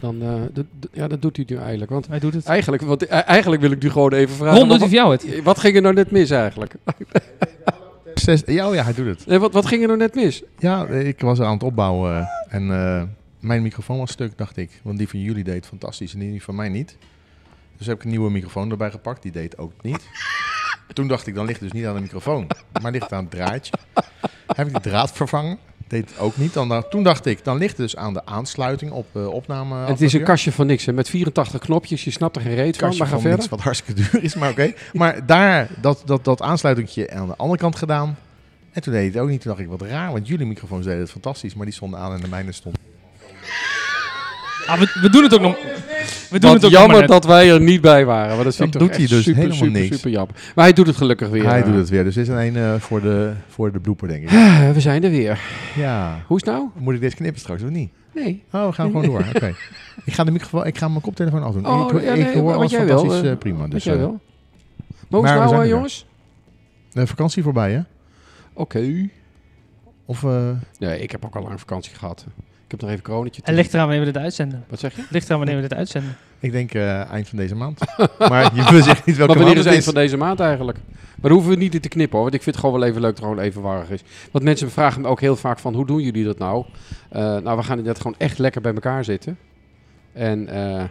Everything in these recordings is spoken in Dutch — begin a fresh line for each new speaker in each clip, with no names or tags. Dan, eh, dat- dat- ja, dat doet hij nu eigenlijk. Want
Hij doet het.
eigenlijk, want, eh, eigenlijk wil ik nu gewoon even vragen.
Ron doet
wat,
of jou het?
wat ging er nou net mis eigenlijk?
Zes- ja, oh ja, hij doet het.
Nee, wat, wat ging er nou net mis?
Ja, eh, ik was aan het opbouwen eh, en eh, mijn microfoon was stuk, dacht ik. Want die van jullie deed fantastisch en die van mij niet. Dus heb ik een nieuwe microfoon erbij gepakt, die deed ook niet. Toen dacht ik, dan ligt het dus niet aan de microfoon, maar ligt het aan het draadje. Heb ik de draad vervangen, deed ook niet. Dan, dacht- toen dacht ik, dan ligt het dus aan de aansluiting op eh, opname.
het is een kastje van niks, hè, met 84 knopjes. Je snapt er geen reet van, maar ga
van
verder.
iets wat hartstikke duur is, maar oké. Maar daar, dat, dat, dat aansluitingje aan de andere kant gedaan. En toen deed hij het ook niet. Toen dacht ik, wat raar, want jullie microfoons deden het fantastisch. Maar die stonden aan en de mijne stond.
Ah, we, we doen het ook nog. We doen het
Wat
ook nog maar
jammer
net.
dat wij er niet bij waren. Want dat vind ik
Dan
toch
doet
echt
hij dus
super,
helemaal
super,
niks.
super jammer. Maar hij doet het gelukkig weer.
hij
eh.
doet het weer. Dus dit is er een eh, voor, de, voor de blooper, denk ik.
We zijn er weer.
Ja.
Hoe is het nou?
Moet ik deze knippen straks of niet?
Nee.
Oh, we gaan gewoon door. Oké. Ik ga de microfoon, ik ga mijn koptelefoon afdoen.
Oh,
ik, hoor-
ja,
ik
nee,
hoor
wat
alles
jij wil,
fantastisch
eh,
eh, prima.
Dus
Dus
jij
eh,
wel. Maar hoe is
maar we
het
zijn
nou,
er
eh,
weer.
jongens?
de vakantie voorbij, hè?
Oké.
Of eh,
Nee, ik heb ook al lang vakantie gehad. Ik heb nog even coronatje.
Het ligt eraan wanneer we dit uitzenden.
Wat zeg je?
Het ligt eraan wanneer we dit uitzenden.
ik denk eh, eind van deze maand. maar je wil echt niet welke
Maar wanneer
maand
is
het
eind van deze maand eigenlijk? Maar dan hoeven we niet in te knippen hoor. Want ik vind het gewoon wel even leuk dat het gewoon even warrig is. Want mensen vragen me ook heel vaak van hoe doen jullie dat nou? Eh, nou, we gaan inderdaad gewoon echt lekker bij elkaar zitten. En eh,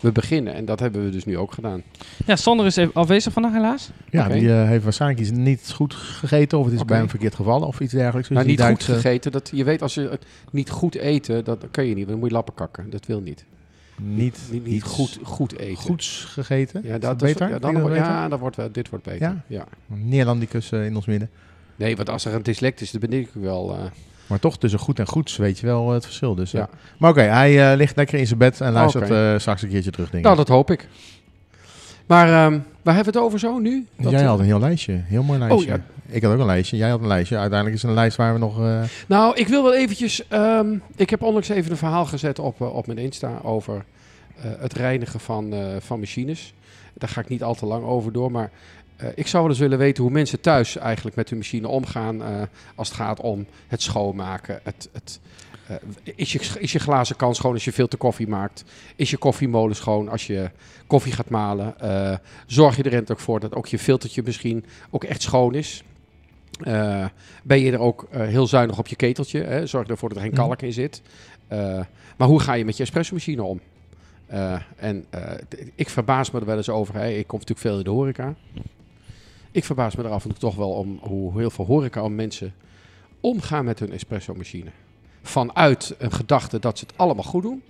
we beginnen. En dat hebben we dus nu ook gedaan.
Ja, Sander is even afwezig vandaag helaas.
Ja,
Oké.
die eh, heeft waarschijnlijk iets niet goed gegeten. Of het is
Oké.
bij hem verkeerd gevallen of iets dergelijks. Dus
Maar
die
niet goed
duikt, eh,
gegeten. Dat, je weet, als je het niet goed eten, dat kun je niet. want Dan moet je lappen kakken. Dat wil niet.
niet,
Niet, niet
iets
goed, goed eten.
goeds gegeten.
Ja,
Is
dat is-
beter.
ja,
Vind
dan,
je
wordt-
dat beter?
ja dat wordt, wel- dit wordt beter.
Ja?
Ja.
Neerlandicus eh, in ons midden.
Nee, want als er een dyslect is, dan ben ik wel... eh,
Maar toch tussen goed en goeds weet je wel eh, het verschil. Dus, eh.
Ja.
Maar oké, hij eh, ligt lekker in zijn bed en luistert
Oké.
eh, straks een keertje terug. Denk ik.
Nou, dat hoop ik. Maar ehm, waar hebben we het over zo nu? Dat,
Jij
eh,
had een heel lijstje. Heel mooi lijstje.
ja.
Ik had ook een lijstje. Jij had een lijstje. Uiteindelijk is het een lijst waar we nog... eh,
Nou, ik wil wel eventjes... ehm, ik heb onlangs even een verhaal gezet op, eh, op mijn Insta over eh, het reinigen van, eh, van machines. Daar ga ik niet al te lang over door, maar eh, ik zou wel eens willen weten hoe mensen thuis eigenlijk met hun machine omgaan eh, als het gaat om het schoonmaken. Het, het, eh, is, je, is je glazen kan schoon als je veel te koffie maakt? Is je koffiemolen schoon als je koffie gaat malen? Eh, zorg je er ook voor dat ook je filtertje misschien ook echt schoon is? Eh, ben je er ook eh, heel zuinig op je keteltje? Hè? Zorg ervoor dat er geen
Mhm.
kalk in zit. Eh, maar hoe ga je met je espressomachine om? Eh, en eh, t- ik verbaas me er wel eens over. Hè. Ik kom natuurlijk veel in de horeca. Ik verbaas me er af en toe toch wel om hoe heel veel horeca om mensen omgaan met hun espresso-machine. Vanuit een gedachte dat ze het allemaal goed doen.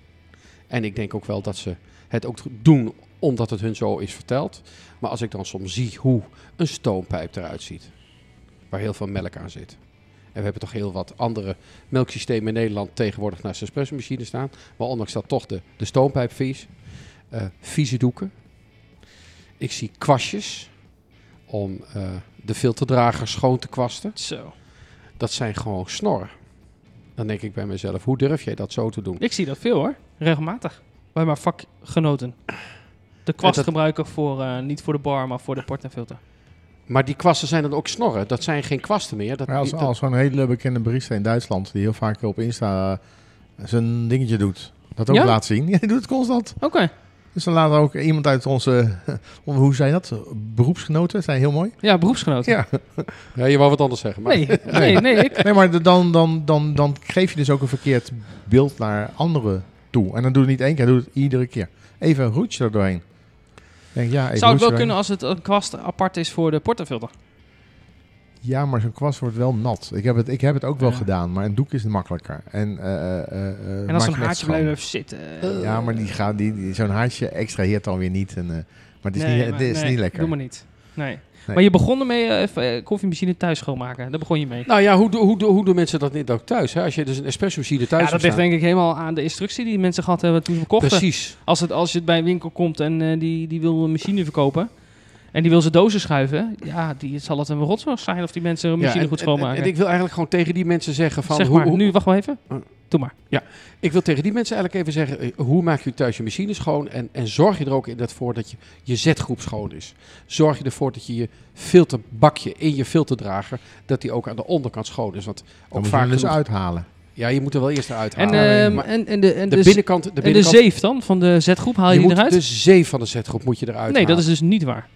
En ik denk ook wel dat ze het ook doen omdat het hun zo is verteld. Maar als ik dan soms zie hoe een stoompijp eruit ziet, waar heel veel melk aan zit. En we hebben toch heel wat andere melksystemen in Nederland tegenwoordig naast de espresso-machine staan. Maar ondanks dat toch de, de stoompijp vies. Eh, vieze doeken. Ik zie kwastjes om eh, de filterdrager schoon te kwasten.
Zo.
Dat zijn gewoon snorren. Dan denk ik bij mezelf, hoe durf jij dat zo te doen?
Ik zie dat veel hoor. Regelmatig. Bij mijn vakgenoten. De kwast
dat-
gebruiken voor, eh, niet voor de bar, maar voor de portafilter.
Maar die kwasten zijn dan ook snorren. Dat zijn geen kwasten meer. Dat,
Maar als,
dat-
als zo'n hele bekende barista in Duitsland, die heel vaak op Insta eh, zijn dingetje doet, dat ook
Ja?
laat zien. Ja, die doet het constant.
Oké.
Dus dan laten we ook iemand uit onze, hoe zei dat, beroepsgenoten, zijn heel mooi.
Ja, beroepsgenoten.
Ja.
Ja, je wou wat anders zeggen. Maar,
Nee, nee, nee. Ik,
Nee, maar dan, dan, dan, dan geef je dus ook een verkeerd beeld naar anderen toe. En dan doe je het niet één keer, doe het iedere keer. Even een roetje er doorheen. Denk, ja, even
zou het wel
roetje
kunnen als het een kwast apart is voor de portafilter?
doorheen. Ja, maar zo'n kwast wordt wel nat. Ik heb het, ik heb het ook wel
Ja.
gedaan, maar een doek is makkelijker. En, eh, eh, eh, eh,
En
maakt
als een
het echt
haartje
schoon.
blijft zitten.
Ja, maar die gaan, die, die- zo'n haartje extraheert dan weer niet. En, eh, maar het is,
Nee,
niet,
maar-
het is
nee,
niet lekker.
Doe maar niet. Nee. Maar je begon ermee eh, even eh, koffiemachine thuis schoonmaken. Daar begon je mee.
Nou ja, hoe, do- hoe, do- hoe doen mensen dat niet ook thuis? Hè? Als je dus een espresso machine thuis
ja, dat
hebt
ligt
staan.
denk ik helemaal aan de instructie die mensen gehad hebben toen ze hem kochten.
Precies.
Als, het, als je het bij een winkel komt en eh, die, die wil een machine verkopen en die wil zijn dozen schuiven, ja, die zal het een rotzorg zijn of die mensen een
Ja,
machine
en-
goed
en- en-
schoonmaken.
En, ik wil eigenlijk gewoon tegen die mensen zeggen van...
zeg
hoe,
maar,
hoe-
nu, wacht maar even.
Oh.
Doe maar.
Ik wil tegen die mensen eigenlijk even zeggen, eh, hoe maak je thuis je machine schoon? En, en zorg je er ook in dat voor dat je, je zetgroep schoon is. Zorg je ervoor dat je je filterbakje in je filterdrager, dat die ook aan de onderkant schoon is. Want
Dan
ook
moet je
vaak
hem dus
genoeg-
uithalen.
Ja, je moet er wel eerst eruit
En,
halen.
ehm,
Maar
en, en de, en
de
de,
binnenkant, de
en de
binnenkant
zeef dan van de zetgroep haal je,
je
die
moet
eruit?
de zeef van de zetgroep moet je eruit
nee, dat
halen.
is dus niet waar.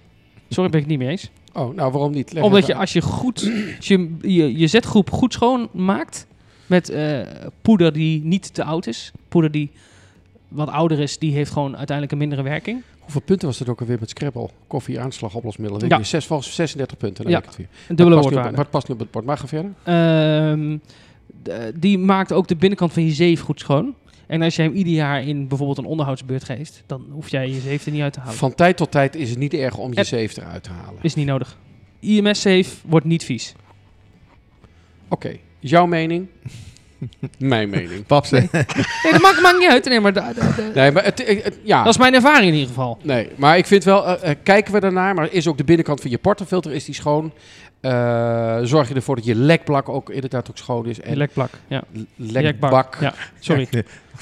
Sorry, ben ik het niet mee eens.
Oh, nou waarom niet? Leg
Omdat
even
je
uit.
als je goed als je, je, je zetgroep goed schoonmaakt met eh, poeder die niet te oud is, poeder die wat ouder is, die heeft gewoon uiteindelijk een mindere werking.
Hoeveel punten was dat ook alweer met Scrabble? Koffie, aanslag, oplosmiddelen.
Ja.
Ja. Zes, volgens 36 punten, dan
Ja.
weet ik het weer.
Een dubbele
Maar het past nu op-
woordwaarde.
Maar het past nu op het bord. Maar ga verder.
Ehm, d- die maakt ook de binnenkant van je zeef goed schoon. En als jij hem ieder jaar in bijvoorbeeld een onderhoudsbeurt geeft, dan hoef jij je zeef er niet uit te halen.
Van tijd tot tijd is het niet erg om je
En-
zeef eruit te halen.
Is niet nodig. IMS-zeef wordt niet vies.
Oké, jouw mening? mijn mening.
Paps,
Nee, dat maakt, maakt niet uit. Nee, maar da- da- da-
Nee, maar het, het- het- ja.
dat is mijn ervaring in ieder geval.
Nee, maar ik vind wel, eh, eh, kijken we daarnaar, maar is ook de binnenkant van je portefilter is die schoon? Eh, zorg je ervoor dat je lekblak ook inderdaad ook schoon is? En
Lekplak, ja.
l-
Lekbak.
lekbak.
Ja, sorry.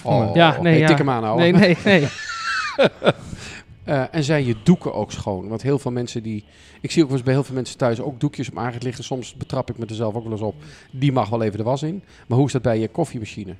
Oh,
Ja, nee, ja.
tik hem aan, ouwe.
Nee, nee, nee.
Eh, en zijn je doeken ook schoon? Want heel veel mensen die... Ik zie ook wel eens bij heel veel mensen thuis ook doekjes op aangelicht. liggen. soms betrap ik me er zelf ook wel eens op. Die mag wel even de was in. Maar hoe is dat bij je koffiemachine?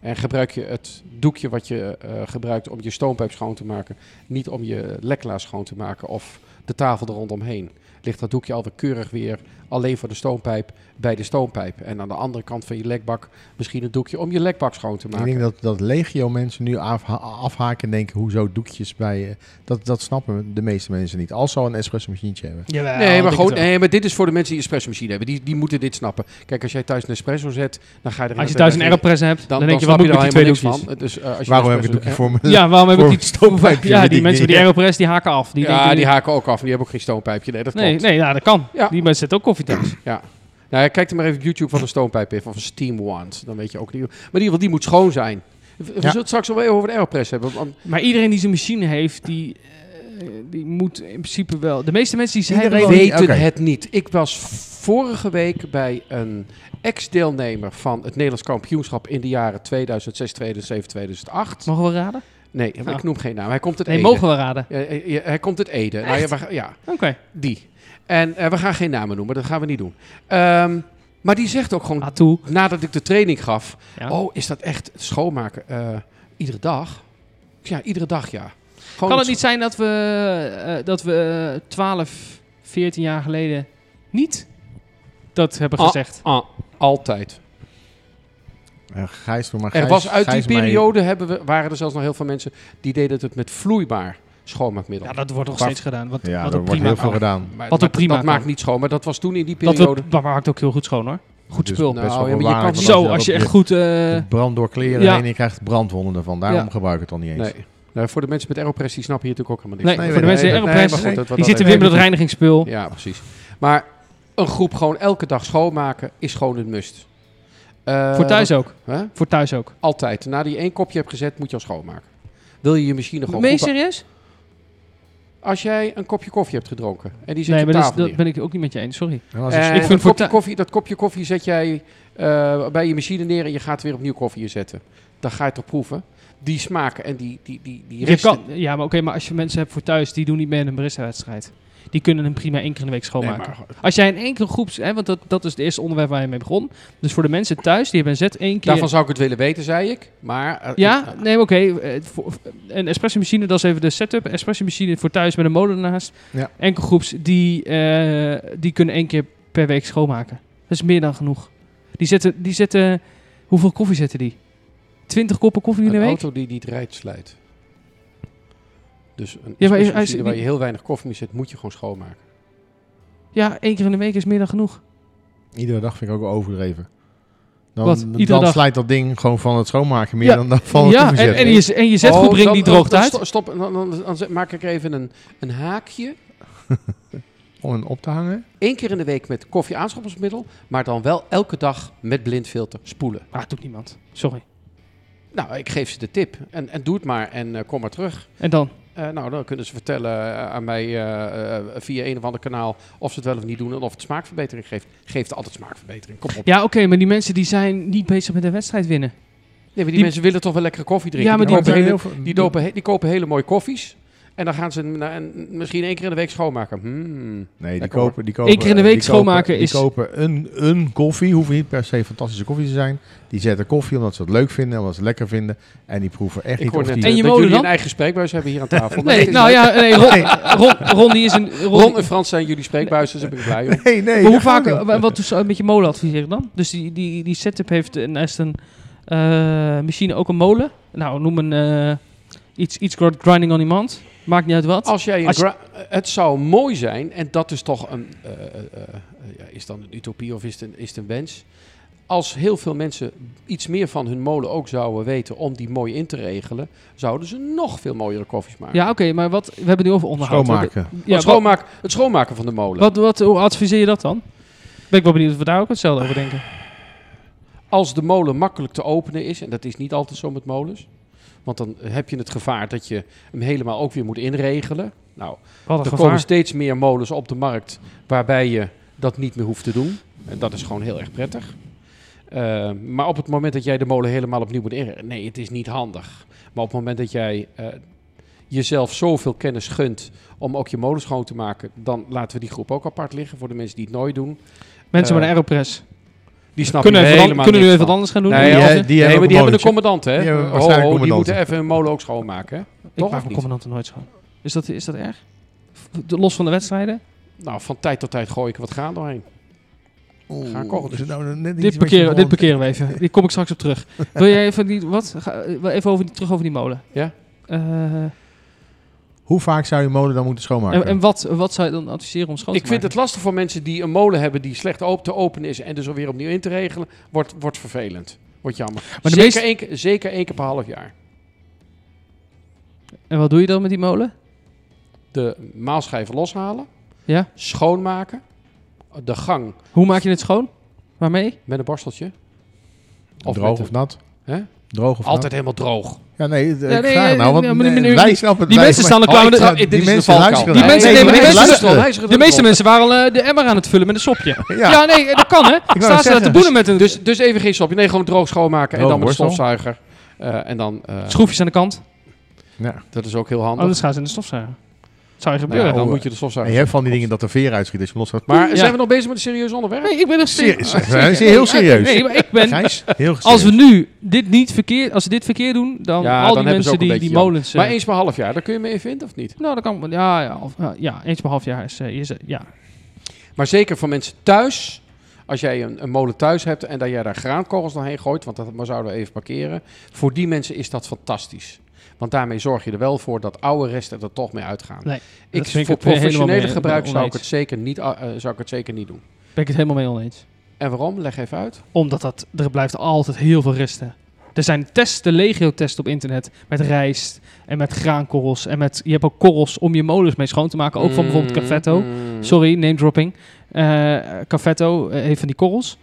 En gebruik je het doekje wat je eh, gebruikt om je stoompijp schoon te maken... niet om je leklaas schoon te maken of de tafel er rondomheen? Ligt dat doekje alweer keurig weer alleen voor de stoompijp bij de stoompijp? En aan de andere kant van je lekbak misschien een doekje om je lekbak schoon te
Ik
maken?
denk dat, dat legio mensen nu afha- afhaken en denken, hoezo doekjes bij... eh, dat, dat snappen de meeste mensen niet. Als ze al een espresso machientje hebben.
Jawel,
Nee, maar,
ik
gewoon,
denk het
nee, maar dit is voor de mensen die een espressomachine hebben. Die, die moeten dit snappen. Kijk, als jij thuis een espresso zet, dan ga je er...
wel. Als je thuis een Aeropress hebt, dan, denk je, wat moet ik
er
met die twee
helemaal
doekjes?
niks van. Dus, eh, als je
Waarom
een
heb ik een doekje
espresso-
voor me?
Ja, waarom heb ik
Voor
die
het stoompijpje
Ja,
weet
die
ik
mensen met
niet.
die Aeropress, die haken af. Die
ja,
denken
die
niet-
haken ook af. Die hebben ook geen stoompijpje. Nee, dat
nee,
klopt.
nee, ja, dat kan.
Ja.
Die mensen zetten ook koffie thuis.
Nou, ja, kijk dan maar even op YouTube van een stoompijp heeft. Of een steam wand. Dan weet je ook niet. Maar in ieder geval, die moet schoon zijn. We we
Ja.
zullen het straks wel even over de Aeropress hebben. want-
Maar iedereen die zijn machine heeft, die, eh, die moet in principe wel... De meeste mensen die zijn
Iedereen
wel-
die-
weten
oké.
het niet. Ik was vorige week bij een ex-deelnemer van het Nederlands kampioenschap in de jaren 2006, 2007, 2008.
Mogen we raden?
Nee,
Ah.
ik noem geen naam. Hij komt uit
Nee,
Ede.
mogen we raden.
Ja, ja, ja, hij komt uit Ede. Nou, ja, we gaan- ja,
Oké.
die. En eh, we gaan geen namen noemen, dat gaan we niet doen. Ehm, maar die zegt ook gewoon,
Ah, toe.
nadat ik de training gaf...
Ja.
Oh, is dat echt schoonmaken eh, iedere dag? Ik zeg, Ja, iedere dag, ja. Gewoon
Kan het niet zijn dat we, eh, dat we eh, 12, 14 jaar geleden niet dat hebben
Ah.
gezegd?
Ah, altijd.
Eh, Gijs, doe maar
Er
Gijs,
was uit die
Gijs mij-
periode hebben we, waren er zelfs nog heel veel mensen die deden het met vloeibaar schoonmaakmiddel.
Ja, dat wordt nog
Waar-
steeds gedaan. Wat,
Ja,
wat
er
ook
wordt
prima
heel
kan.
veel gedaan.
Maar-
Wat ook
maar
prima
Dat
kan.
maakt niet schoon, maar dat was toen in die
Dat,
periode.
wordt- dat maakt ook heel goed schoon hoor. Goed
Dus
spul.
best wel
Nou, ja, maar je kan
belangrijk,
niet-
want
Zo,
dat
als je
dat
echt goed... eh,
Brand door kleren
Ja.
heen en je krijgt brandwonden ervan. Daarom
Ja.
gebruik ik het al niet eens.
nee. Nou, voor de mensen met Aeropress, die snappen hier natuurlijk ook helemaal
Nee,
niks
Nee,
voor de
nee,
mensen die
nee,
maar
Aeropress,
goed, dat- wat
die
dat
zitten weer
betreft-
met dat reinigingspul.
Ja, precies. Maar een groep gewoon elke dag schoonmaken is gewoon een must. Eh,
Voor thuis ook.
hè?
Voor thuis ook.
Altijd. Na die één kopje hebt gezet, moet je al schoonmaken. Wil je je machine gewoon
Meen je
goed-
serieus?
Als jij een kopje koffie hebt gedronken en die zit
Nee,
op
maar dat, is-
tafel
dat
neer.
ben ik ook niet met je eens. Sorry.
En als ik-
En
vind
dat,
voor
kopje
thu-
koffie, dat kopje koffie zet jij eh, bij je machine neer en je gaat weer opnieuw koffie inzetten. Dan ga je het toch proeven. Die smaken en die, die, die, die
Je
resten.
kan, ja, maar oké, maar als je mensen hebt voor thuis, die doen niet mee in een barista-wedstrijd. Die kunnen hem prima één keer in de week
Nee,
schoonmaken.
maar
Als jij in één keer groeps, hè, want dat, dat is het eerste onderwerp waar je mee begon. Dus voor de mensen thuis, die hebben een zet één keer.
Daarvan zou ik het willen weten, zei ik. Maar, eh,
ja,
ik-
nee, maar oké. eh, voor- een espresso machine, dat is even de setup. Een espresso machine voor thuis met een molen ernaast.
Ja.
Enkel groeps, die, eh, die kunnen één keer per week schoonmaken. Dat is meer dan genoeg. Die zetten, die zetten hoeveel koffie zetten die? 20 koppen koffie in de
een
week?
auto die niet rijdt, slijt. Dus een
Ja, maar
espresso
hij- hij is-
machine waar je heel weinig koffie mee zet, moet je gewoon schoonmaken.
Ja, één keer in de week is meer dan genoeg.
Iedere dag vind ik ook overdreven. Dan,
Eh. Wat?
dan
Iedere dag?
slijt dat ding gewoon van het schoonmaken meer
Ja.
dan dat van het
ja, en,
toeverzetten.
en je, en je zetgroep
Oh,
brengt
dan-
die
dan-
droogt
dan
uit.
sto- Stop, dan, dan, dan zet- maak ik even een, een haakje.
en op te hangen.
Eén keer in de week met koffie aanschappingsmiddel, maar dan wel elke dag met blindfilter spoelen.
Ah, doet niemand. Sorry.
Nou, ik geef ze de tip. En, en doe het maar en eh, kom maar terug.
En dan?
Eh, nou, dan kunnen ze vertellen eh, aan mij eh, eh, via een of ander kanaal of ze het wel of niet doen en of het smaakverbetering geeft. Geeft altijd smaakverbetering. Kom op.
Ja, oké, maar die mensen die zijn niet bezig met een wedstrijd winnen.
Nee, maar die,
Die-
mensen willen toch wel lekkere koffie drinken.
Ja, maar
die,
die-
kopen hele,
veel-
die, dopen he- die kopen hele mooie koffies. En dan gaan ze hem na- en misschien één keer in de week schoonmaken. Hmm.
Nee, die
Lekker
kopen, die kopen...
Eén keer in de week
die kopen-
schoonmaken is-
Die kopen een, een koffie, hoeft niet per se fantastische koffie te zijn. Die zetten koffie omdat ze het leuk vinden, omdat ze het lekker vinden. En die proeven echt
Ik
niet
hoor
of
net eh,
die...
dat
En je molen
jullie
dan?
een eigen spreekbuis hebben hier aan tafel. Dat
Nee,
is
nou
leuk.
ja, nee, Ron, Ron, Ron, die is een... Ron,
Ron en Frans zijn jullie spreekbuizen, dus daar ben ik blij om.
Nee, nee.
maar hoe
daar
vaak,
gaan we.
wa- wat dus, eh, met je molen adviseren dan? Dus die, die, die setup heeft eh, naast een eh, machine ook een molen. Nou, noem een eh, iets, iets gr- grinding on demand. Maakt niet uit wat.
Als jij een
Als-
gra- het zou mooi zijn, en dat is toch een. eh, eh, eh, ja, is dan een utopie of is het een, is het een wens? Als heel veel mensen iets meer van hun molen ook zouden weten om die mooi in te regelen, zouden ze nog veel mooiere koffies maken.
Ja, oké, maar wat, we hebben het nu over onderhoud.
Schoonmaken.
Wat-
Want
Ja, wat,
schoonmaak, het schoonmaken van de molen.
wat, wat, hoe adviseer je dat dan? Ben ik wel benieuwd of we daar ook hetzelfde over denken.
Als de molen makkelijk te openen is, en dat is niet altijd zo met molens. Want dan heb je het gevaar dat je hem helemaal ook weer moet inregelen. Nou,
Wat een
Er
gevaar.
komen steeds meer molens op de markt waarbij je dat niet meer hoeft te doen. En dat is gewoon heel erg prettig. Eh, maar op het moment dat jij de molen helemaal opnieuw moet inrichten, nee, het is niet handig. Maar op het moment dat jij eh, jezelf zoveel kennis gunt om ook je molen schoon te maken, dan laten we die groep ook apart liggen voor de mensen die het nooit doen. eh,
Mensen met een aeropress.
Die snappen
Kunnen,
er
even wat-
helemaal
kunnen nu
niks
even
van.
wat anders gaan doen?
Nee,
Die
als-
gasten?
die
Nee, maar
ook
die
een
hebben de
mommetje.
commandant, hè?
Die hebben
Oh,
waarschijnlijk
oh, die
commandant.
moeten even hun molen ook schoonmaken, hè?
Ik
Toch
maak
of
mijn
niet?
commandanten nooit schoon. Is dat, is dat erg? F- de- Los van de wedstrijden?
Nou, van tijd tot tijd gooi ik er wat graan doorheen.
Oeh,
Gaan koken.
is het nou net iets wat
Dit
je
parkeren,
wil?
dit parkeren we even. Hier kom ik straks op terug. Wil jij even, die, wat? Ga, eh, wel even over die, terug over die molen.
Ja.
Eh,
Hoe vaak zou je molen dan moeten schoonmaken?
en en wat, wat zou je dan adviseren om schoon te
Ik vind
maken?
het lastig voor mensen die een molen hebben die slecht op te openen is en dus alweer opnieuw in te regelen, wordt, wordt vervelend. Wordt jammer.
Maar de
zeker,
meeste-
één, keer- zeker één keer per half jaar.
En wat doe je dan met die molen?
De maalschijven loshalen,
Ja.
schoonmaken, de gang
Hoe maak je het schoon? Waarmee?
met een borsteltje.
Droog
met een-
of nat?
Hè?
Droog of
Altijd helemaal droog.
nat? Ja, nee,
nee,
ik vraag
nee,
nou, want
nee, maar nu-
nee,
nu-
wij snappen het.
Die
wij-
mensen staan er
Oh,
kwamen
ik
er-
tra- dit
die
is de
mensen
valkuil.
luisteren
Die
naar-
mensen
Nee,
nemen
die
dit
mensen
luisteren.
luisteren.
Luisteren
De
erop.
meeste mensen waren al eh, de emmer aan het vullen met een sopje.
Ja.
Ja, nee, dat kan hè.
het
Staan ze daar te
zeggen.
boenen met een dus,
Dus, dus even geen sopje. Nee, gewoon droog schoonmaken en
Oh,
Droog
dan met een
borstel.
stofzuiger. Eh, en dan, eh,
schroefjes aan de kant.
Ja.
dat is ook heel handig.
Anders gaan ze in de stofzuiger. Zou je
Nou ja,
gebeuren?
dan
Oh,
moet je de
En
stofzuiger.
je hebt van die dingen dat de veer uitschiet als je hem los gaat.
Maar
Ja.
zijn we nog bezig met een serieus onderwerp?
Nee, ik ben er
Serieus, hè? Is hij heel serieus?
Nee, maar ik ben,
Gijs, heel
Als we
serieus.
nu dit niet verkeerd, als ze dit verkeer doen, dan
Ja,
al
dan
die
hebben ze ook
mensen
een
die,
beetje
die
Jan.
molens. eh,
Maar eens per half jaar, daar kun je mee in vinden of niet?
nou, dan kan ja, ja, of, ja, ja, eens per half jaar is, eh, is eh, ja.
Maar zeker voor mensen thuis. Als jij een, een molen thuis hebt en dat jij daar graankogels doorheen gooit, want dat maar zouden we even parkeren. Voor die mensen is dat fantastisch. Want daarmee zorg je er wel voor dat oude resten er toch mee uitgaan.
Nee,
ik,
dat vind ik
voor
het weer helemaal
professionele
mee-
gebruik zou ik,
oneens.
het zeker niet, a- eh, zou ik het zeker niet doen.
Ben ik het helemaal mee oneens.
En waarom? Leg even uit.
Omdat dat, er blijft altijd heel veel resten. Er zijn testen, legio-tests op internet met rijst en met graankorrels en met je hebt ook korrels om je molens mee schoon te maken, ook van bijvoorbeeld
Mm-hmm.
Mm,
Caffetto.
mm.
Sorry, name dropping. Eh Caffetto eh, heeft van die korrels.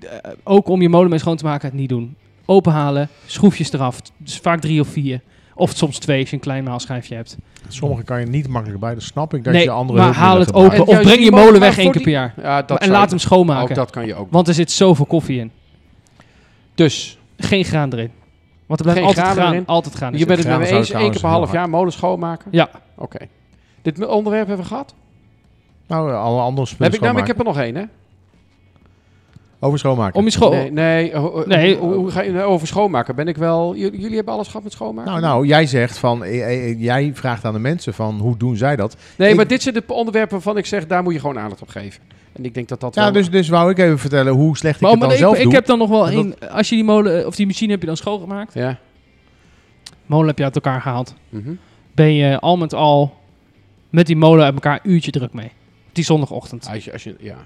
Eh, ook om je molen mee schoon te maken, het niet doen. Openhalen, schroefjes eraf. Dus vaak drie of vier. Of soms twee als je een klein maalschijfje hebt.
Sommige kan je niet makkelijk bij, dan snap ik dat
nee,
je andere
maar
hulpmiddelen
haal het
gebruikt.
En
open. Of
juist
breng
die
je
molen-
molen weg
maar
één
voor
keer per jaar.
Ja, dat
En
zou
laat
je-
hem
Ook
schoonmaken.
dat kan je ook.
Want er zit zoveel koffie in.
Dus,
Geen graan erin. Want er blijft
Geen
altijd
graan
graan,
erin.
altijd graan in
je bent het
zitten.
met me
zou
eens.
ik
één keer
trouwens
per half
heel
jaar molen schoonmaken?
Ja.
Oké. Dit onderwerp hebben we gehad?
Nou, eh, alle andere spullen
Heb ik, nou, ik
schoonmaken.
heb er nog één, hè?
Over schoonmaken.
Om je schoon...
Nee, nee, ho- ho-
Nee.
Hoe, hoe ga je nou over schoonmaken? Ben ik wel... j- jullie hebben alles gehad met schoonmaken?
Nou, nou, jij zegt van, eh, eh, eh, jij vraagt aan de mensen van, hoe doen zij dat?
nee,
ik-
maar dit zijn de onderwerpen waarvan ik zeg, daar moet je gewoon aandacht op geven. En ik denk dat dat
Ja,
wel-
dus, dus wou ik even vertellen hoe slecht
maar
ik
om-
het dan
ik,
zelf
ik
doe.
heb dan nog wel
En
één. Als je die molen of die machine heb je dan schoongemaakt.
Ja.
Molen heb je uit elkaar gehaald.
Mhm.
ben je al met al met die molen uit elkaar een uurtje druk mee. Die zondagochtend.
Als je, als je, ja.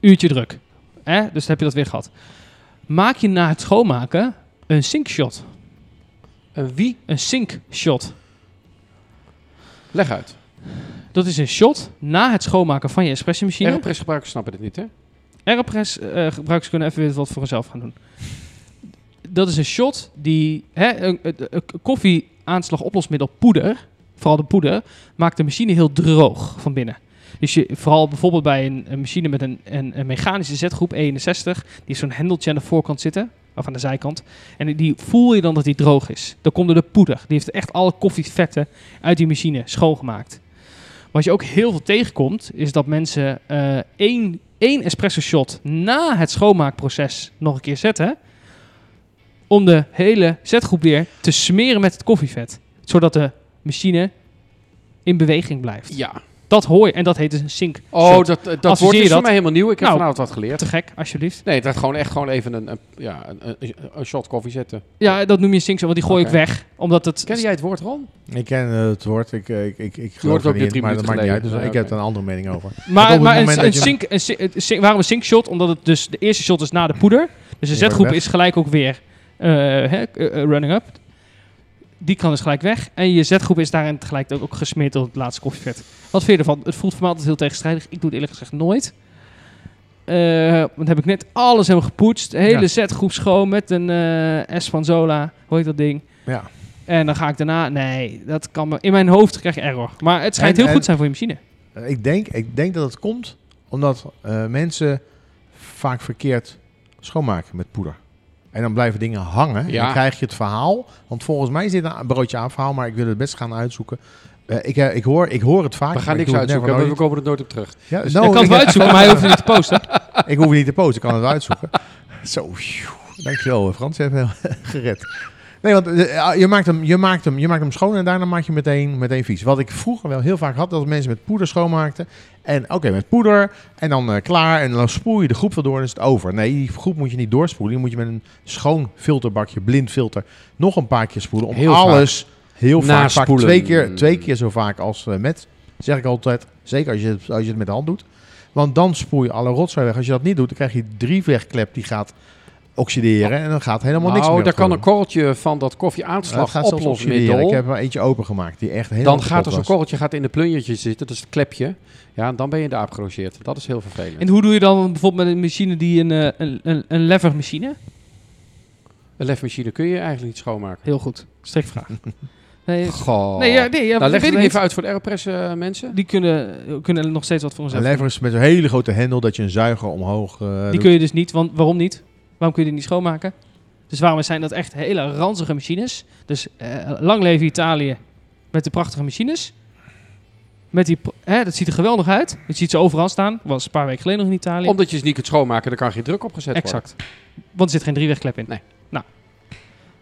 Uurtje druk. hè? Dus dan heb je dat weer gehad. Maak je na het schoonmaken een sinkshot.
En wie?
Een sinkshot.
Leg uit.
Dat is een shot na het schoonmaken van je espressiemachine.
Aeropress gebruikers snappen dit niet, hè?
Aeropress eh, gebruikers kunnen even weer wat voor zichzelf gaan doen. Dat is een shot die hè, een, een, een koffie aanslag oplosmiddel poeder, vooral de poeder, maakt de machine heel droog van binnen. Dus je, vooral bijvoorbeeld bij een, een machine met een, een, een mechanische zetgroep 61, die heeft zo'n hendeltje aan de voorkant zitten, of aan de zijkant. En die- die voel je dan dat die droog is. Dan komt er de poeder. Die heeft echt alle koffievetten uit die machine schoongemaakt. Wat je ook heel veel tegenkomt, is dat mensen eh, één, één espresso shot na het schoonmaakproces nog een keer zetten. Om de hele zetgroep weer te smeren met het koffievet. Zodat de machine in beweging blijft.
Ja.
Dat hoor je. En dat heet dus een sink
Oh,
shot.
dat, dat
Adviseer
woord
je
is voor
dat?
mij helemaal nieuw. Ik heb
Nou.
vanavond wat geleerd.
Te gek, alsjeblieft.
Nee, dat gewoon echt gewoon even een, een, ja, een, een, een shot koffie zetten.
Ja, dat noem je een sink shot, want die gooi
Oké.
ik weg. Omdat het...
Ken jij het woord, Ron?
Ik ken eh, het woord, ik, ik, ik, ik
hoort
geloof
het ook
er
weer
niet
drie
in, maar dat
minuten
maakt niet uit. Dus
geleden.
ik
Ja,
heb
oké.
er een andere mening over. op
Maar,
het
maar
moment
een,
dat
een,
je-
sink, een, sink- een sink- waarom een sink shot? Omdat het dus de eerste shot is na de poeder. Dus de
Die
zetgroep
wordt
is gelijk ook weer eh, hè, k- eh, running up. Die kan dus gelijk weg. En je zetgroep is daarin tegelijk ook, ook gesmeerd tot het laatste koffievet. Wat vind je ervan? Het voelt voor mij altijd heel tegenstrijdig. Ik doe het eerlijk gezegd nooit. Eh, want dan heb ik net alles helemaal gepoetst. De hele
Ja.
zetgroep schoon met een eh S van Zola. Hoe heet dat ding?
Ja.
En dan ga ik daarna... Nee, dat kan me... In mijn hoofd krijg je error. Maar het schijnt
En-
heel
en-
goed te zijn voor je machine.
Eh, Ik denk, ik denk dat het komt omdat eh, mensen vaak verkeerd schoonmaken met poeder. En dan blijven dingen hangen.
Ja.
En dan krijg je het verhaal. Want volgens mij zit een broodje aan verhaal, maar ik wil het best gaan uitzoeken. Eh, ik, eh, ik, hoor, ik hoor het vaak.
We gaan
maar ik
niks
doe het
uitzoeken,
never
maar we
nooit.
komen er nooit op terug.
Oh, Ja,
Dus
no,
ik kan
ik,
het wel uitzoeken, maar hij hoeft het niet te posten.
ik hoef het niet te posten, ik kan het uitzoeken. Zo, phew. dankjewel. eh, Frans je hebt me gered. Nee, want eh, je, maakt hem, je, maakt hem, je maakt hem schoon en daarna maak je meteen, meteen vies. Wat ik vroeger wel heel vaak had, dat mensen met poeder schoonmaakten. En oké, met poeder en dan eh, klaar. En dan spoel je de groep wel door en is het over. Nee, die groep moet je niet doorspoelen. Die moet je met een schoon filterbakje, blind filter, nog een paar keer spoelen. Om
Heel vaak.
alles heel vaak, vaak
Naspoelen.
twee, keer, twee keer zo vaak als eh, met. Zeg ik altijd, zeker als je, het- als je het met de hand doet. Want dan spoel je alle rotzooi weg. Als je dat niet doet, dan krijg je driewegklep die gaat oxideren. En dan gaat helemaal niks meer.
Nou, daar kan een
gebeuren.
korreltje van dat
Dat
koffieaanslag
gaat zelfs oxideren. Ik
oplosmiddel.
heb er eentje opengemaakt die echt helemaal
Dan gaat er
kapot
zo'n
was.
korreltje gaat in de plunjertje zitten, dat is het klepje. Ja, en dan ben je in de aap gelogeerd. Dat is heel
En
vervelend.
hoe doe je dan bijvoorbeeld met een machine die een, eh, een, een, een levermachine?
Een lefmachine kun je eigenlijk niet schoonmaken.
Heel goed. Strikvraag. Nee,
Goh.
nee, ja, nee ja,
nou, leg
weet
het even
ik niet.
uit voor de Aeropress eh, mensen.
Die kunnen, kunnen nog steeds wat voor ons
Een
hebben.
lever is met een hele grote hendel dat je een zuiger omhoog eh,
Die
doet.
kun je dus niet, want waarom niet? Waarom kun je die niet schoonmaken? Dus waarom zijn dat echt hele ranzige machines? Dus eh, lang leven Italië met de prachtige machines. Met die, pr- hè, dat ziet er geweldig uit. Je ziet ze overal staan. Was een paar weken geleden nog in Italië.
Omdat je ze niet kunt schoonmaken, daar kan geen druk op gezet worden.
Exact. Want er zit geen driewegklep in.
Nee.
Nou,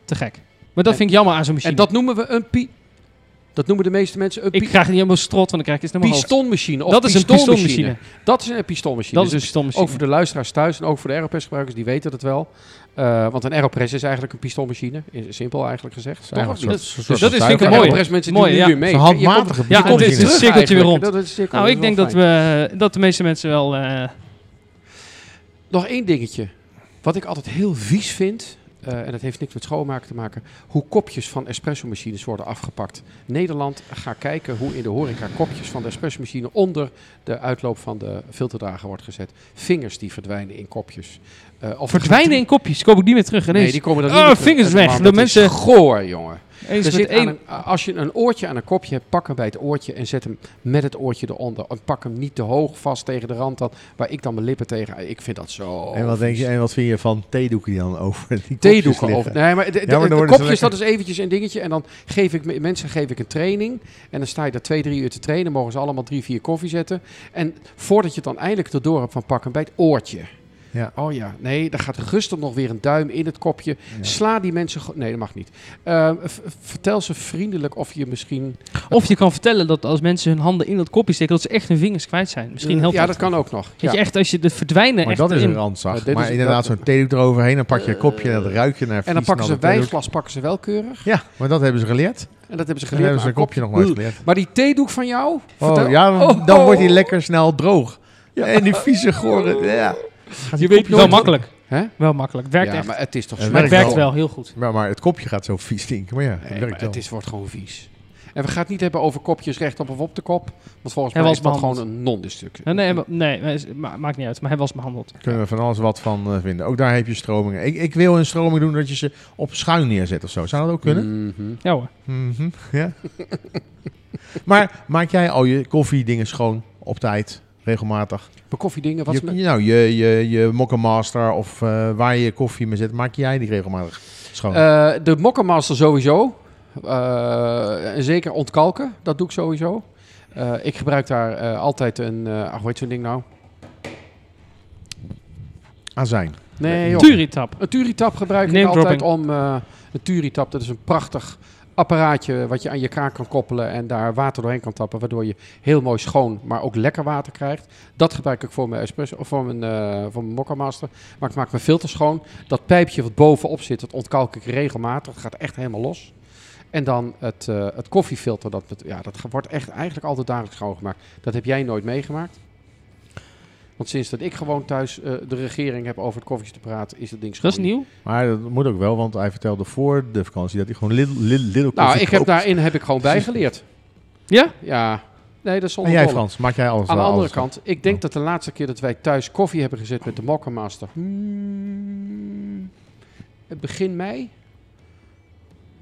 te gek. Maar dat
En-
vind ik jammer aan zo'n machine.
En dat noemen we een pi... Dat noemen de meeste mensen een
ik
pi
krijg niet helemaal strot, want dan krijg ik het helemaal
pistonmachine. Of
Dat is een
pistonmachine.
pistonmachine.
Dat is een pistonmachine.
Dat is een
Dus
pistonmachine.
Ook voor de luisteraars thuis en ook voor de Aeropress-gebruikers, die weten dat wel. Eh, want een Aeropress is eigenlijk een pistonmachine, is simpel eigenlijk gezegd.
is eigenlijk
Toch?
een
Dat-
soort- soort
dus
dat is
dat
zuiger.
vind ik
een mooie.
Aeropress mensen
Mooi,
die
ja.
nu mee.
Zo'n handmatige
Je komt- je komt
Ja,
weer
het is een
terug
cirkeltje
eigenlijk.
weer rond.
Dat is een cirkel,
Nou,
dat
ik
is wel
denk dat,
fijn.
we, eh, dat de meeste mensen wel... eh,
Nog één dingetje. Wat ik altijd heel vies vind, eh, en dat heeft niks met schoonmaken te maken, hoe kopjes van espressomachines worden afgepakt. Nederland, ga kijken hoe in de horeca kopjes van de espressomachine onder de uitloop van de filterdrager wordt gezet. Vingers die verdwijnen in kopjes. Eh, of
verdwijnen in kopjes. Koop ik niet meer terug.
Nee, die komen dan niet
Oh,
meer terug.
vingers
Eh,
weg.
man,
De
dat
mensen-
is goor, jongen.
Eens
Er
met
zit aan
één.
een, als je een oortje aan een kopje hebt, pak hem bij het oortje en zet hem met het oortje eronder. En pak hem niet te hoog vast tegen de rand, dan, waar ik dan mijn lippen tegen... Ik vind dat zo...
En wat, denk je,
vies.
en wat vind je van theedoeken die dan over die kopjes
theedoeken
liggen?
over. Nee, maar de, de-
dan
de
worden ze
kopjes,
lekker.
dat is eventjes een dingetje. En dan geef ik me- mensen geef ik een training. En dan sta je daar twee, drie uur te trainen. Mogen ze allemaal drie, vier koffie zetten. En voordat je het dan eindelijk erdoor hebt van pakken bij het oortje.
Ja.
Oh ja, nee, dan gaat rustig nog weer een duim in het kopje.
Ja.
Sla die mensen... go- Nee, dat mag niet. Eh, v- vertel ze vriendelijk of je misschien...
Of je kan vertellen dat als mensen hun handen in dat kopje steken, dat ze echt hun vingers kwijt zijn. Misschien helpt
Eh, Ja,
dat.
dat kan ook nog.
Dat
Ja.
je echt, als je het verdwijnen
Maar
echt
dat is
erin-
een randzag.
Maar dit
maar
is-
inderdaad,
dat- Eh,
zo'n theedoek eroverheen, dan pak je een kopje en dat ruik je naar
En dan
vies
pakken ze een
natte theedoek.
wijnglas, pakken ze wel keurig.
Ja, maar dat hebben ze geleerd. En
En dat hebben ze
dan
geleerd.
hebben ze
maar
een kopje nog
Ugh.
nooit geleerd.
Maar die theedoek van jou...
Oh,
vertel-
ja, dan,
Oh,
dan
oh.
wordt hij lekker snel droog. En die vieze goren. Ja.
Je weet wel
nooit-
makkelijk.
Hè?
Wel makkelijk. Het werkt
ja,
echt.
maar het is toch
Het
Maar
smerig.
het
werkt
werkt wel heel goed.
Maar, maar het kopje gaat zo vies stinken. Maar ja, het
Nee,
werkt
maar
wel.
het is, wordt gewoon vies. En we gaan het niet hebben over kopjes rechtop of op de kop. Want volgens
Hij
mij
was
is dat
behandeld.
gewoon een non-discussie.
Nee, nee, maar- nee maar is- ma- maakt niet uit. Maar hij was behandeld.
Kunnen we van alles wat van eh, vinden. Ook daar heb je stromingen. Ik, ik wil een stroming doen dat je ze op schuin neerzet of zo. Zou dat ook kunnen?
Mhm.
Ja hoor.
Mhm, ja. maar maak jij al je koffiedingen schoon op tijd, regelmatig?
Maar koffiedingen, wat
je,
is met...
Nou, je, je, je Mokka Master of eh, waar je je koffie mee zet, maak jij die regelmatig schoon?
Eh, de mokkenmaster sowieso. Eh, en zeker ontkalken, dat doe ik sowieso. Eh, ik gebruik daar eh, altijd een... eh ach, hoe heet zo'n ding nou?
Azijn.
Nee, joh.
Turitap.
Een Turitap gebruik ik
Name
altijd om...
dropping.
eh een Turitap, dat is een prachtig apparaatje wat je aan je kraan kan koppelen en daar water doorheen kan tappen, waardoor je heel mooi schoon, maar ook lekker water krijgt. Dat gebruik ik voor mijn espresso, of voor mijn, eh voor mijn Mokka Master. Maar ik maak mijn filter schoon. Dat pijpje wat bovenop zit, dat ontkalk ik regelmatig. Dat gaat echt helemaal los. En dan het, eh, het koffiefilter, dat, met- ja, dat ge- wordt echt eigenlijk altijd dagelijks schoongemaakt. Dat heb jij nooit meegemaakt. Want sinds dat ik gewoon thuis eh, de regering heb over het koffietje te praten, is dat ding schoon.
Dat is nieuw.
Maar dat moet ook wel, want hij vertelde voor de vakantie dat hij gewoon Lidl, Lidl, Lidl
Nou,
koffie
ik heb
koopt.
daarin heb ik gewoon bijgeleerd.
Ja?
Ja, nee, dat is
En
zonder
jij
dolle.
Frans, maak jij alles
Aan de
alles
andere
schoon?
kant, ik denk dat de laatste keer dat wij thuis koffie hebben gezet met de Mokka Master. hmm, begin mei.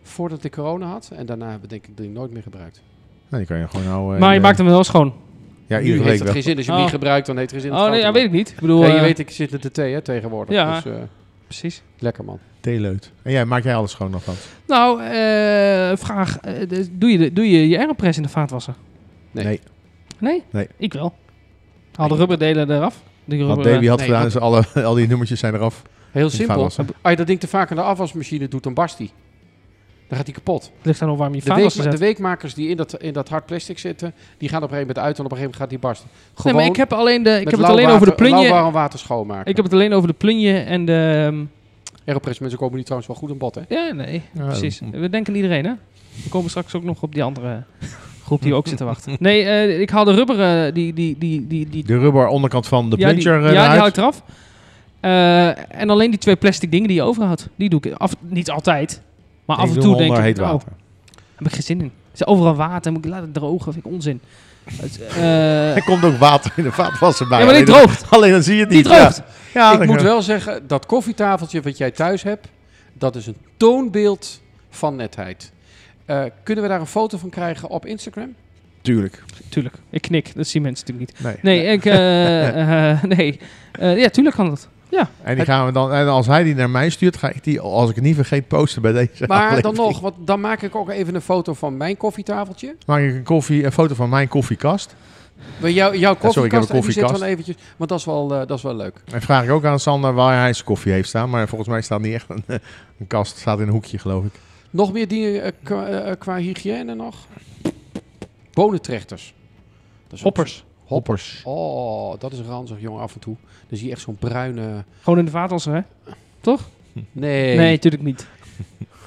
Voordat ik corona had. En daarna hebben we denk ik die nooit meer gebruikt.
Nee, die kan je gewoon nou... eh,
Maar je
eh,
maakt hem wel schoon.
Ja,
nu
iedere
heeft
week
het
weg.
geen zin. Als je hem
Oh.
niet gebruikt, dan heeft het geen zin.
Oh nee, dat weet ik niet. Ik bedoel,
je
eh,
weet, ik zit met de thee hè, tegenwoordig.
Ja.
Dus eh,
precies.
lekker man.
Theeleut. En jij, maak jij alles schoon nog, Frans?
Nou, eh, vraag. eh, de- doe, je de- doe je je aeropress in de vaatwasser?
Nee.
Nee.
Nee?
Nee.
Ik wel. Haal de rubberdelen eraf. De
Wat
rubber,
Davy had
nee,
gedaan,
dat-
is alle, al die nummertjes zijn eraf.
Heel
Die
simpel.
vaatwasser.
Als je dat ding te vaak in de afwasmachine doet, dan barst die. Dan gaat die kapot.
eh, ligt aan hoe warm je
De, week,
vaatwasser
de
zet.
weekmakers die in dat, in dat hard plastic zitten, die gaan op een gegeven moment uit en op een gegeven moment gaat die barsten.
Nee,
Gewoon
maar ik heb, alleen de, ik
met
heb het
lauw
alleen over de
water-
plunje.
lauw warm water schoonmaken.
Ik heb het alleen over de plunje en de... ehm,
Aeropress mensen komen die trouwens wel goed aan bod, hè?
ja, nee.
Ja,
Precies.
dat-
We denken aan iedereen, hè? We komen straks ook nog op die andere groep die ook zit te wachten. Nee, eh, ik haal de rubber, eh, die, die, die, die, die
De rubber onderkant van de eh,
ja, die,
plunger
ja, die houdt eraf. Eh, en alleen die twee plastic dingen die je overhoudt, die doe ik af, niet altijd. Maar af en toe denk ik,
heet
nou,
water.
heb ik geen zin in. Er is overal water, moet ik laten drogen, vind ik onzin. Het, eh,
Er komt ook water in de vaatwasser bij.
ja, maar die
alleen,
droogt.
alleen dan zie je het
Die
niet.
droogt.
Ja, ja
ik
dan-
moet wel zeggen, dat koffietafeltje wat jij thuis hebt, dat is een toonbeeld van netheid. Eh, kunnen we daar een foto van krijgen op Instagram?
Tuurlijk.
Tuurlijk, ik knik. Dat zien mensen natuurlijk niet.
Nee.
Nee, ik... eh, eh, nee. Eh, ja, tuurlijk kan dat.
En, die gaan we dan, en als hij die naar mij stuurt, ga ik die, als ik het niet vergeet, posten bij deze
Maar dan
aflevering.
nog, want dan maak ik ook even een foto van mijn koffietafeltje.
Maak ik een, koffie, een foto van mijn koffiekast.
Bij jou, jouw
heb een
koffiekast, en die
koffiekast.
zetten we dan eventjes, want dat is wel, eh, dat is wel leuk.
En vraag ik ook aan Sander waar hij zijn koffie heeft staan. Maar volgens mij staat niet echt een, een kast. staat in een hoekje, geloof ik.
Nog meer dingen eh, qua, eh, qua hygiëne nog? Bonentrechters. Dat is ook
Hoppers.
zo- Hop.
Hoppers.
Oh, dat is ranzig, jongen, af en toe. Dan zie je echt zo'n bruine...
Gewoon in de vaatwasser, hè?
Nee,
Nee, natuurlijk niet.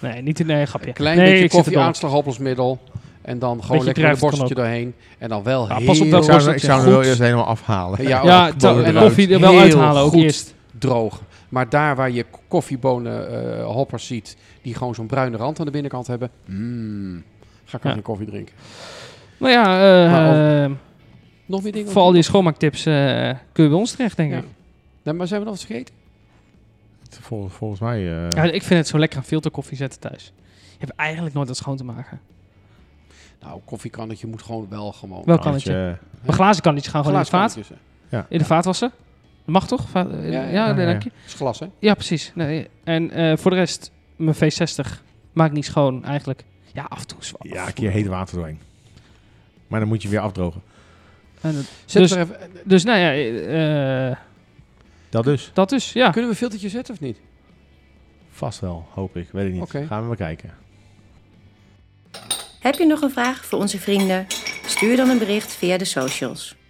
Nee, niet in nee, grapje.
klein
nee,
beetje
ik zit er
koffie,
door.
aanslaghoppelsmiddel. En dan gewoon
Beetje
lekker een
druiven kan
borstje doorheen. En dan wel
Ja,
heel...
Nou, pas op dat
Ik zou, ik
borsteltje.
zou hem wel
Goed.
eerst helemaal afhalen.
Ja,
Ja,
ook
ta-
bonen
en
eruit.
koffie er wel
Heel
uithalen ook
goed
eerst.
droog. Maar daar waar je k- koffiebonen eh, hoppers ziet... die gewoon zo'n bruine rand aan de binnenkant hebben... Mm, ga ik wel
Ja.
geen koffie drinken.
Nou ja, eh,
Maar
eh,
Nog meer dingen?
voor al die schoonmaaktips eh, kun je bij ons terecht, denk
Ja.
ik.
Nee, maar zijn we nog wat vergeten?
Vol- volgens mij... eh,
Ja, ik vind het zo lekker aan filterkoffie zetten thuis. Je hebt eigenlijk nooit wat schoon te maken.
Nou, koffiekannetje moet gewoon wel gewoon...
Wel
als je-
kannetje. Maar glazen kannetjes gaan gewoon in de vaat.
Glaaskannetjes, hè.
In de vaat wassen. Dat mag toch? Va- eh,
Ja,
ja,
ja,
ja,
nee,
ja.
dank je.
Dat is glas, hè?
Ja, precies. Nee. En eh, voor de rest, mijn V60 maakt niet schoon eigenlijk. Ja, af en toe is wel-
eh, Ja, een keer heet water doorheen. Maar dan moet je weer afdrogen.
En dat-
Zet
Dus-
er even,
dus nou ja, eh, eh,
Dat dus.
dat dus, ja.
kunnen we een filtertje zetten of niet?
Vast wel, hoop ik. Weet ik niet.
Oké.
Gaan we maar kijken.
Heb je nog een vraag voor onze vrienden? Stuur dan een bericht via de socials.